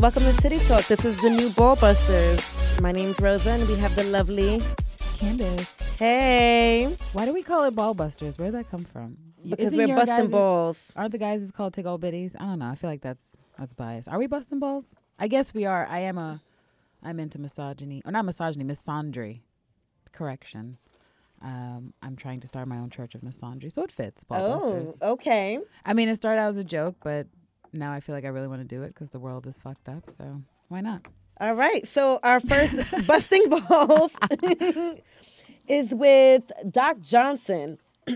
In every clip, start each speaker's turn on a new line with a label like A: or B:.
A: Welcome to Titty Talk. This is the new Ball Busters. My name's Rosa, and we have the lovely.
B: Candace,
A: Hey,
B: why do we call it ball busters? Where'd that come from? Y-
A: because
B: isn't
A: we're
B: your
A: busting
B: guys-
A: balls.
B: Aren't the guys is called take old biddies? I don't know. I feel like that's that's biased. Are we busting balls? I guess we are. I am a I'm into misogyny. Or not misogyny, misandry. Correction. Um, I'm trying to start my own church of misandry, so it fits. Ball
A: Oh.
B: busters.
A: okay.
B: I mean, it started out as a joke, but now I feel like I really want to do it because the world is fucked up. So why not?
A: All right. So our first busting balls is with Doc Johnson.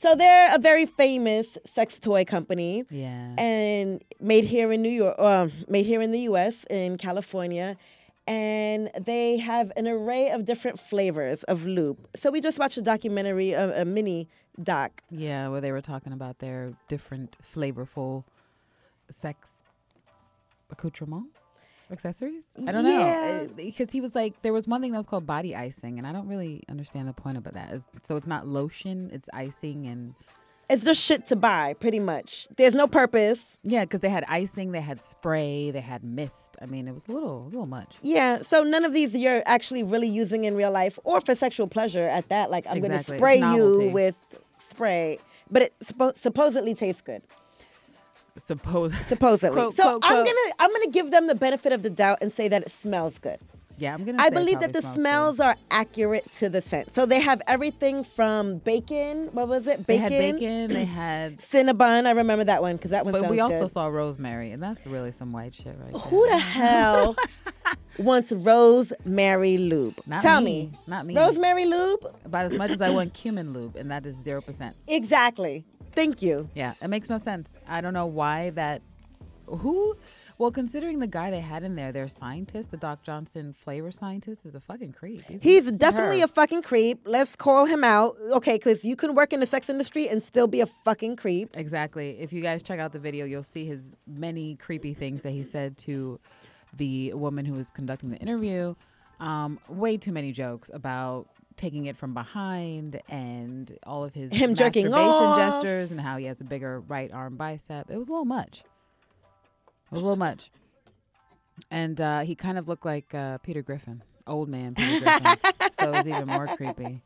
A: so they're a very famous sex toy company.
B: Yeah.
A: and made here in New York, um, made here in the U.S. in California, and they have an array of different flavors of lube. So we just watched a documentary, a, a mini doc.
B: Yeah, where they were talking about their different flavorful sex accoutrement accessories. I don't
A: Yeah.
B: know Uh, because he was like there was one thing that was called body icing, and I don't really understand the point about that. It's, so it's not lotion; it's icing, and
A: It's just shit to buy, pretty much. There's no purpose.
B: yeah, because they had icing, they had spray, they had mist. I mean, it was a little, a little much.
A: Yeah. So none of these you're actually really using in real life or for sexual pleasure. At that, like I'm going to
B: Exactly. It's
A: spray you
B: novelty.
A: with spray, but it suppo- supposedly tastes good.
B: Suppose,
A: Supposedly.
B: Quote,
A: so
B: quote,
A: I'm
B: quote.
A: gonna I'm gonna give them the benefit of the doubt and say that it smells good.
B: yeah, I'm gonna.
A: I
B: say it
A: believe that
B: probably
A: the smells
B: smells good.
A: are accurate to the scent. So they have everything from bacon. What was it?
B: They
A: Bacon.
B: had bacon. They had,
A: Cinnabon. I remember that one because that one.
B: but we
A: sounds
B: also
A: good.
B: saw rosemary, and that's really some white shit, right? there.
A: Who the hell wants rosemary lube?
B: Not
A: Tell me.
B: me. Not me.
A: Rosemary lube.
B: about as much as I want cumin lube, and that is zero percent.
A: Exactly. Thank you.
B: Yeah, it makes no sense. I don't know why that. Who? Well, considering the guy they had in there, their scientist, the Doc Johnson flavor scientist, is a fucking creep.
A: He's definitely a fucking creep. Let's call him out. Okay, because you can work in the sex industry and still be a fucking creep.
B: exactly. If you guys check out the video, you'll see his many creepy things that he said to the woman who was conducting the interview. Um, way too many jokes about taking it from behind and all of his
A: Him jerking
B: masturbation
A: off.
B: gestures and how he has a bigger right arm bicep. It was a little much. It was a little much. And uh, he kind of looked like uh, Peter Griffin, old man Peter Griffin. so it was even more creepy.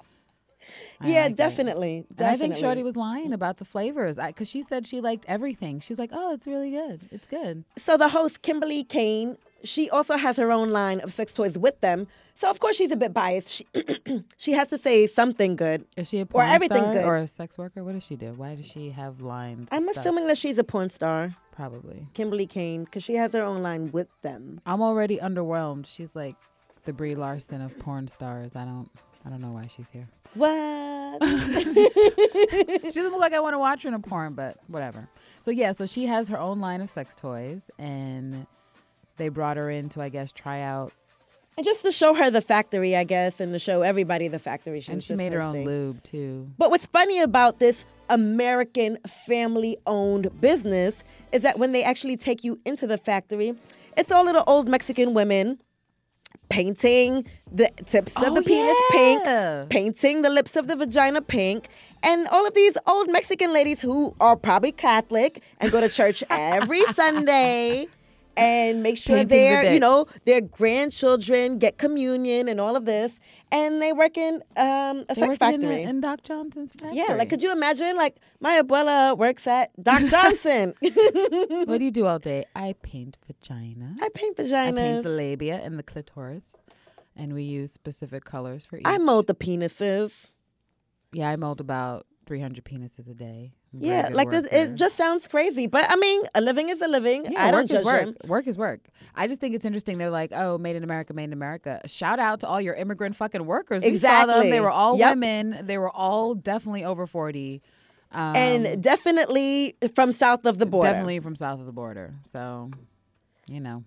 B: I
A: yeah,
B: like it.
A: definitely.
B: And I think
A: definitely.
B: Shorty was lying about the flavors because she said she liked everything. She was like, "Oh, it's really good. It's good."
A: So the host, Kimberly Kane, she also has her own line of sex toys with them. So of course she's a bit biased. She, she has to say something good.
B: Is she a porn
A: everything
B: star
A: good.
B: or a sex worker? What does she do? Why does she have lines? of
A: I'm
B: stuff?
A: assuming that she's a porn star,
B: probably.
A: Kimberly Kane, because she has her own line with them.
B: I'm already underwhelmed. She's like the Brie Larson of porn stars. I don't. I don't know why she's here.
A: What?
B: She doesn't look like I want to watch her in a porn, but whatever. So yeah, so she has her own line of sex toys, and they brought her in to, I guess, try out,
A: and just to show her the factory, I guess, and to show everybody the factory.
B: and
A: was
B: she
A: just
B: made her own
A: hosting.
B: lube too.
A: But what's funny about this American family owned business is that when they actually take you into the factory, it's all little old Mexican women painting the tips of
B: Oh,
A: the penis
B: yeah.
A: pink, painting the lips of the vagina pink, and all of these old Mexican ladies who are probably Catholic and go to church every Sunday. And make sure
B: Painting the
A: their, you
B: dicks.
A: know, their grandchildren get communion and all of this, and they work in um, a
B: They
A: sex
B: working in the-
A: factory.
B: in, Doc Johnson's factory.
A: Yeah, like could you imagine? Like my abuela works at Doc Johnson.
B: What do you do all day? I paint vagina.
A: I paint
B: I
A: vaginas. I,
B: paint the labia and the clitoris, and we use specific colors for each.
A: mold the penises.
B: yeah, I mold about 300 penises a day. I'm a very
A: Yeah,
B: good
A: like this,
B: worker.
A: it just sounds crazy, but I mean, a living is a living.
B: Yeah,
A: I don't
B: work
A: judge
B: is work.
A: them.
B: Work is work. I just think it's interesting. They're like, oh, made in America, made in America. Shout out to all your immigrant fucking workers. We saw them.
A: Exactly.
B: They were all
A: Yep.
B: women. They were all definitely over 40. Um,
A: and definitely from south of the border.
B: definitely from south of the border. So, you know,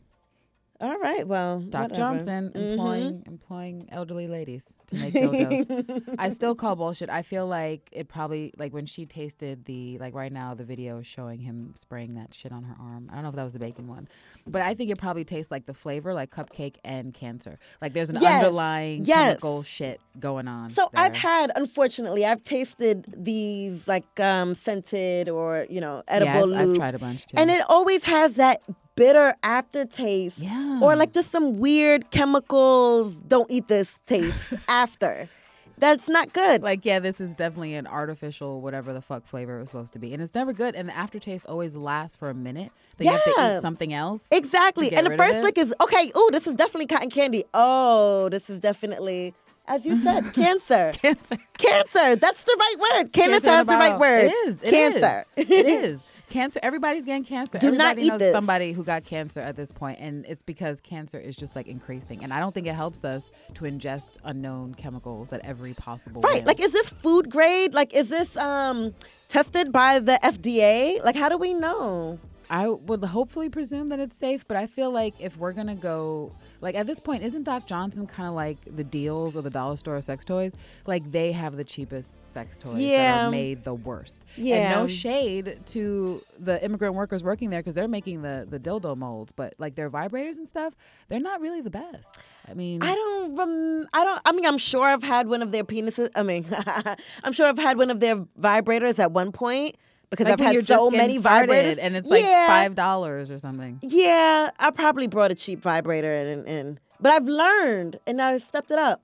A: All right. Well, whatever.
B: Doc
A: Mm-hmm.
B: Johnson employing employing elderly ladies to make dildos. I still call bullshit. I feel like it probably like when she tasted the like right now the video is showing him spraying that shit on her arm. I don't know if that was the bacon one, but I think it probably tastes like the flavor like cupcake and cancer. Like there's an
A: Yes.
B: underlying
A: Yes.
B: chemical shit going on.
A: So I've
B: there.
A: had, unfortunately, I've tasted these like um, scented or you know
B: Yeah,
A: edible
B: I've- I've
A: lubes.
B: tried a bunch, too.
A: and it always has that bitter aftertaste.
B: Yeah.
A: Or like just some weird chemicals, don't eat this taste after. That's not good.
B: Like, yeah, this is definitely an artificial whatever the fuck flavor it was supposed to be. And it's never good. And the aftertaste always lasts for a minute. Then you have to
A: Yeah.
B: eat something else.
A: Exactly.
B: to get
A: And the
B: rid of
A: first
B: it?
A: lick is okay, ooh, this is definitely cotton candy. Oh, this is definitely, as you said, cancer.
B: Cancer.
A: Cancer. That's the right word. Candace
B: Cancer in a
A: has the right
B: bottle.
A: word.
B: It is. It is.
A: cancer.
B: it is. Cancer. Everybody's getting cancer.
A: Do not
B: Everybody
A: eat
B: knows
A: this.
B: somebody who got cancer at this point, and it's because cancer is just like increasing. And I don't think it helps us to ingest unknown chemicals at every possible.
A: Right.
B: whim.
A: Like, is this food grade? Like, is this um tested by the FDA? Like, how do we know?
B: I would hopefully presume that it's safe, but I feel like if we're gonna go, like at this point, isn't Doc Johnson kind of like the deals or the dollar store sex toys? Like they have the cheapest sex toys that
A: Yeah.
B: are made the worst. And
A: Yeah.
B: no shade to the immigrant workers working there because they're making the the dildo molds, but like their vibrators and stuff, they're not really the best. I mean,
A: I don't rem- I don't I mean I'm sure I've had one of their penises I mean I'm sure I've had one of their vibrators at one point because
B: like
A: I've
B: when
A: had
B: you're
A: so
B: just getting
A: many
B: started
A: vibrators
B: and it's like
A: Yeah.
B: five dollars or something.
A: Yeah, I probably brought a cheap vibrator and and but I've learned and I've stepped it up.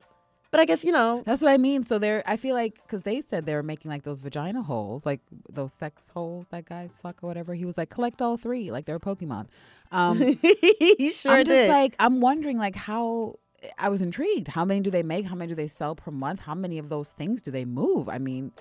A: But I guess you know
B: That's what I mean. So they're, I feel like, because they said they were making like those vagina holes, like those sex holes that guys fuck or whatever. He was like, collect all three, like they're Pokemon. Um,
A: he sure
B: I'm just
A: did.
B: like, I'm wondering, like, how, I was intrigued. How many do they make? How many do they sell per month? How many of those things do they move? I mean,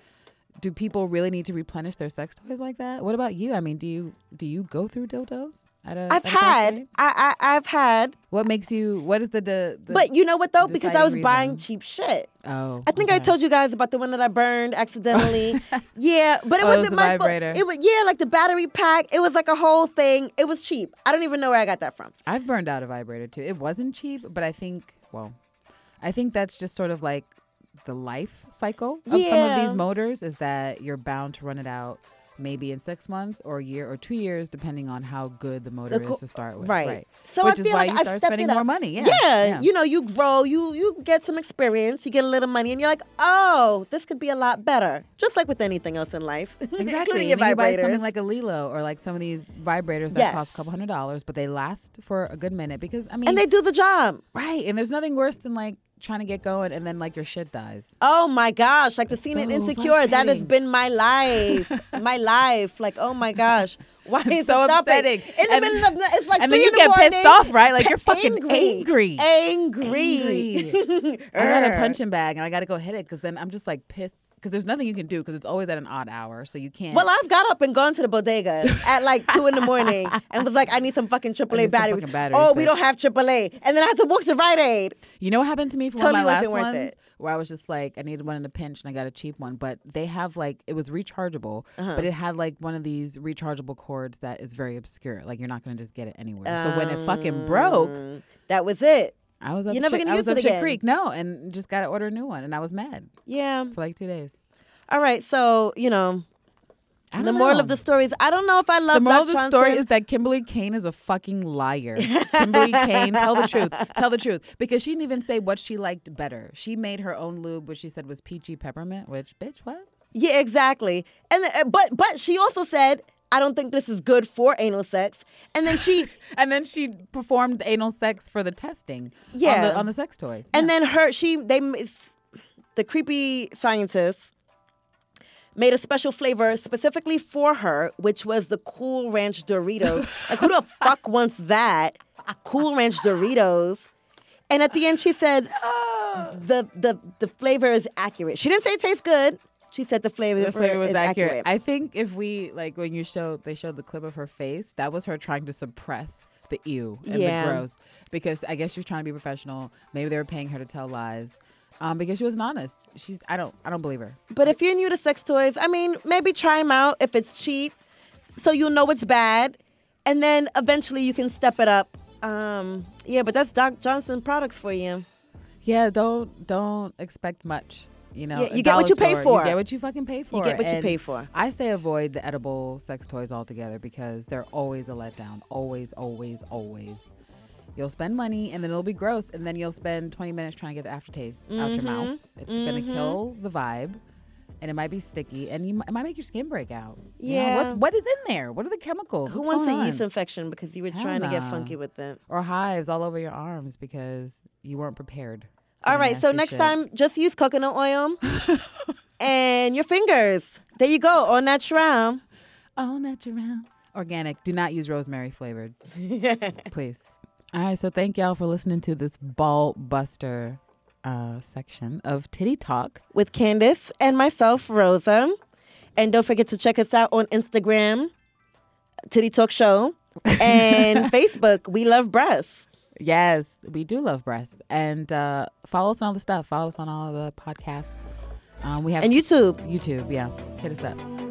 B: do people really need to replenish their sex toys like that? What about you? I mean, do you do you go through dildos? At a,
A: I've
B: at a fast
A: had
B: rate?
A: I, I I've had
B: What makes you? What is the the? the
A: but you know what though because I was
B: deciding
A: buying
B: reason.
A: cheap shit.
B: oh,
A: I think I
B: okay.
A: told you guys about the one that I burned accidentally. yeah, but it
B: Oh, it was
A: wasn't
B: the
A: my fault.
B: vibrator.
A: It was yeah, like the battery pack. It was like a whole thing. It was cheap. I don't even know where I got that from.
B: I've burned out a vibrator too. It wasn't cheap, but I think, well, I think that's just sort of like the life cycle of some of
A: Yeah.
B: these motors is that you're bound to run it out maybe in six months or a year or two years, depending on how good the motor
A: co-
B: is to start with.
A: Right. So
B: Which
A: I
B: is
A: feel
B: why
A: like
B: you
A: I've
B: start
A: stepped
B: spending
A: it up.
B: more money. Yeah.
A: Yeah, you know, you grow, you you get some experience, you get a little money, and you're like, oh, this could be a lot better. Just like with anything else in life,
B: Exactly.
A: including
B: and
A: your
B: then you buy
A: vibrators.
B: something like a Lilo or like some of these vibrators that
A: Yes.
B: cost a couple hundred dollars, but they last for a good minute because I mean,
A: and they do the job.
B: right. And there's nothing worse than like trying to get going and then like your shit dies.
A: Oh my gosh, like the scene in
B: so
A: Insecure, that has
B: frustrating.
A: been my life, my life. Like, oh my gosh, why is
B: so
A: it stopping?
B: upsetting.
A: In the
B: And-
A: middle of the, it's like
B: and then
A: three
B: you
A: in the
B: get
A: morning,
B: pissed off, right? Like, you're fucking
A: angry,
B: angry.
A: angry.
B: I got a
A: Urgh.
B: punching bag and I got to go hit it because then I'm just like pissed because there's nothing you can do because it's always at an odd hour, so you can't.
A: Well, I've got up and gone to the bodega at like two in the morning and was like, I need some fucking
B: I
A: AAA
B: need some
A: batteries.
B: fucking batteries,
A: oh, we
B: bitch.
A: don't have AAA. And then I had to walk to Rite Aid.
B: you know what happened to me for one of
A: Totally
B: my
A: wasn't
B: last
A: worth
B: ones
A: it.
B: where I was just like I needed one in a pinch and I got a cheap one, but they have like it was rechargeable,
A: Uh-huh.
B: but it had like one of these rechargeable cords that is very obscure, like you're not gonna just get it anywhere. so when it fucking broke,
A: Mm, That was it.
B: I was up.
A: You're never
B: shit-
A: gonna
B: I was
A: use
B: up
A: it
B: shit
A: again.
B: creek. No, and just got to order a new one, and I was mad
A: Yeah.
B: for like two days.
A: All right. So, you know,
B: I
A: the
B: don't
A: moral
B: know.
A: of the story is I don't know if I love
B: The moral of
A: Doc
B: the story
A: Johnson.
B: is that Kimberly Kane is a fucking liar. Kimberly Kane, tell the truth. Tell the truth. Because she didn't even say what she liked better. She made her own lube, which she said was peachy peppermint, which, bitch, what?
A: Yeah, exactly. And uh, but but she also said, I don't think this is good for anal sex. And then she
B: And then she performed anal sex for the testing on,
A: Yeah.
B: the, on the sex toys.
A: And then her, she, they, the creepy scientist made a special flavor specifically for her, which was the Cool Ranch Doritos. like, who the fuck wants that? Cool Ranch Doritos. And at the end, she said,
B: Oh.
A: the, the, the flavor is accurate. She didn't say it tastes good. She said the flavor,
B: the flavor was
A: is
B: accurate.
A: accurate.
B: I think if we like when you showed they showed the clip of her face, that was her trying to suppress the ew and
A: Yeah.
B: the growth because I guess she was trying to be professional. Maybe they were paying her to tell lies. Um, because she wasn't honest. She's I don't I don't believe her.
A: But if you're new to sex toys, I mean, maybe try them out if it's cheap, so you'll know it's bad, and then eventually you can step it up. Um, yeah, but that's Doc Johnson products for you.
B: Yeah, don't don't expect much. You know,
A: Yeah,
B: a
A: you get what
B: dollar
A: you pay for.
B: store, You get what you fucking pay for.
A: get what you
B: And
A: pay for.
B: I say avoid the edible sex toys altogether because they're always a letdown. Always, always, always. You'll spend money and then it'll be gross, and
A: Mm-hmm.
B: then you'll spend 20 minutes trying to get the aftertaste out your mouth. It's gonna kill the vibe, and it might be sticky, and you, mi- it might make your skin break out. You
A: Yeah.
B: know, what's what is in there? What are the chemicals?
A: Who
B: What's
A: wants
B: going
A: a yeast
B: on?
A: infection because you were
B: Hell
A: trying to get
B: nah.
A: funky with them?
B: or hives all over your arms because you weren't prepared. for
A: All
B: the
A: right, so
B: nasty
A: next
B: shit.
A: time, just use coconut oil and your fingers. There you go, on that shroud.
B: all natural, organic. Do not use rosemary flavored, please. All right, so thank y'all for listening to this ball buster uh, section of Titty Talk.
A: with Candace and myself, Rosa. And don't forget to check us out on Instagram, Titty Talk Show, and Facebook, We Love Breasts.
B: Yes, we do love breasts, and uh, follow us on all the stuff. Follow us on all the podcasts. Um, we have
A: And YouTube,
B: YouTube. Yeah, hit us up.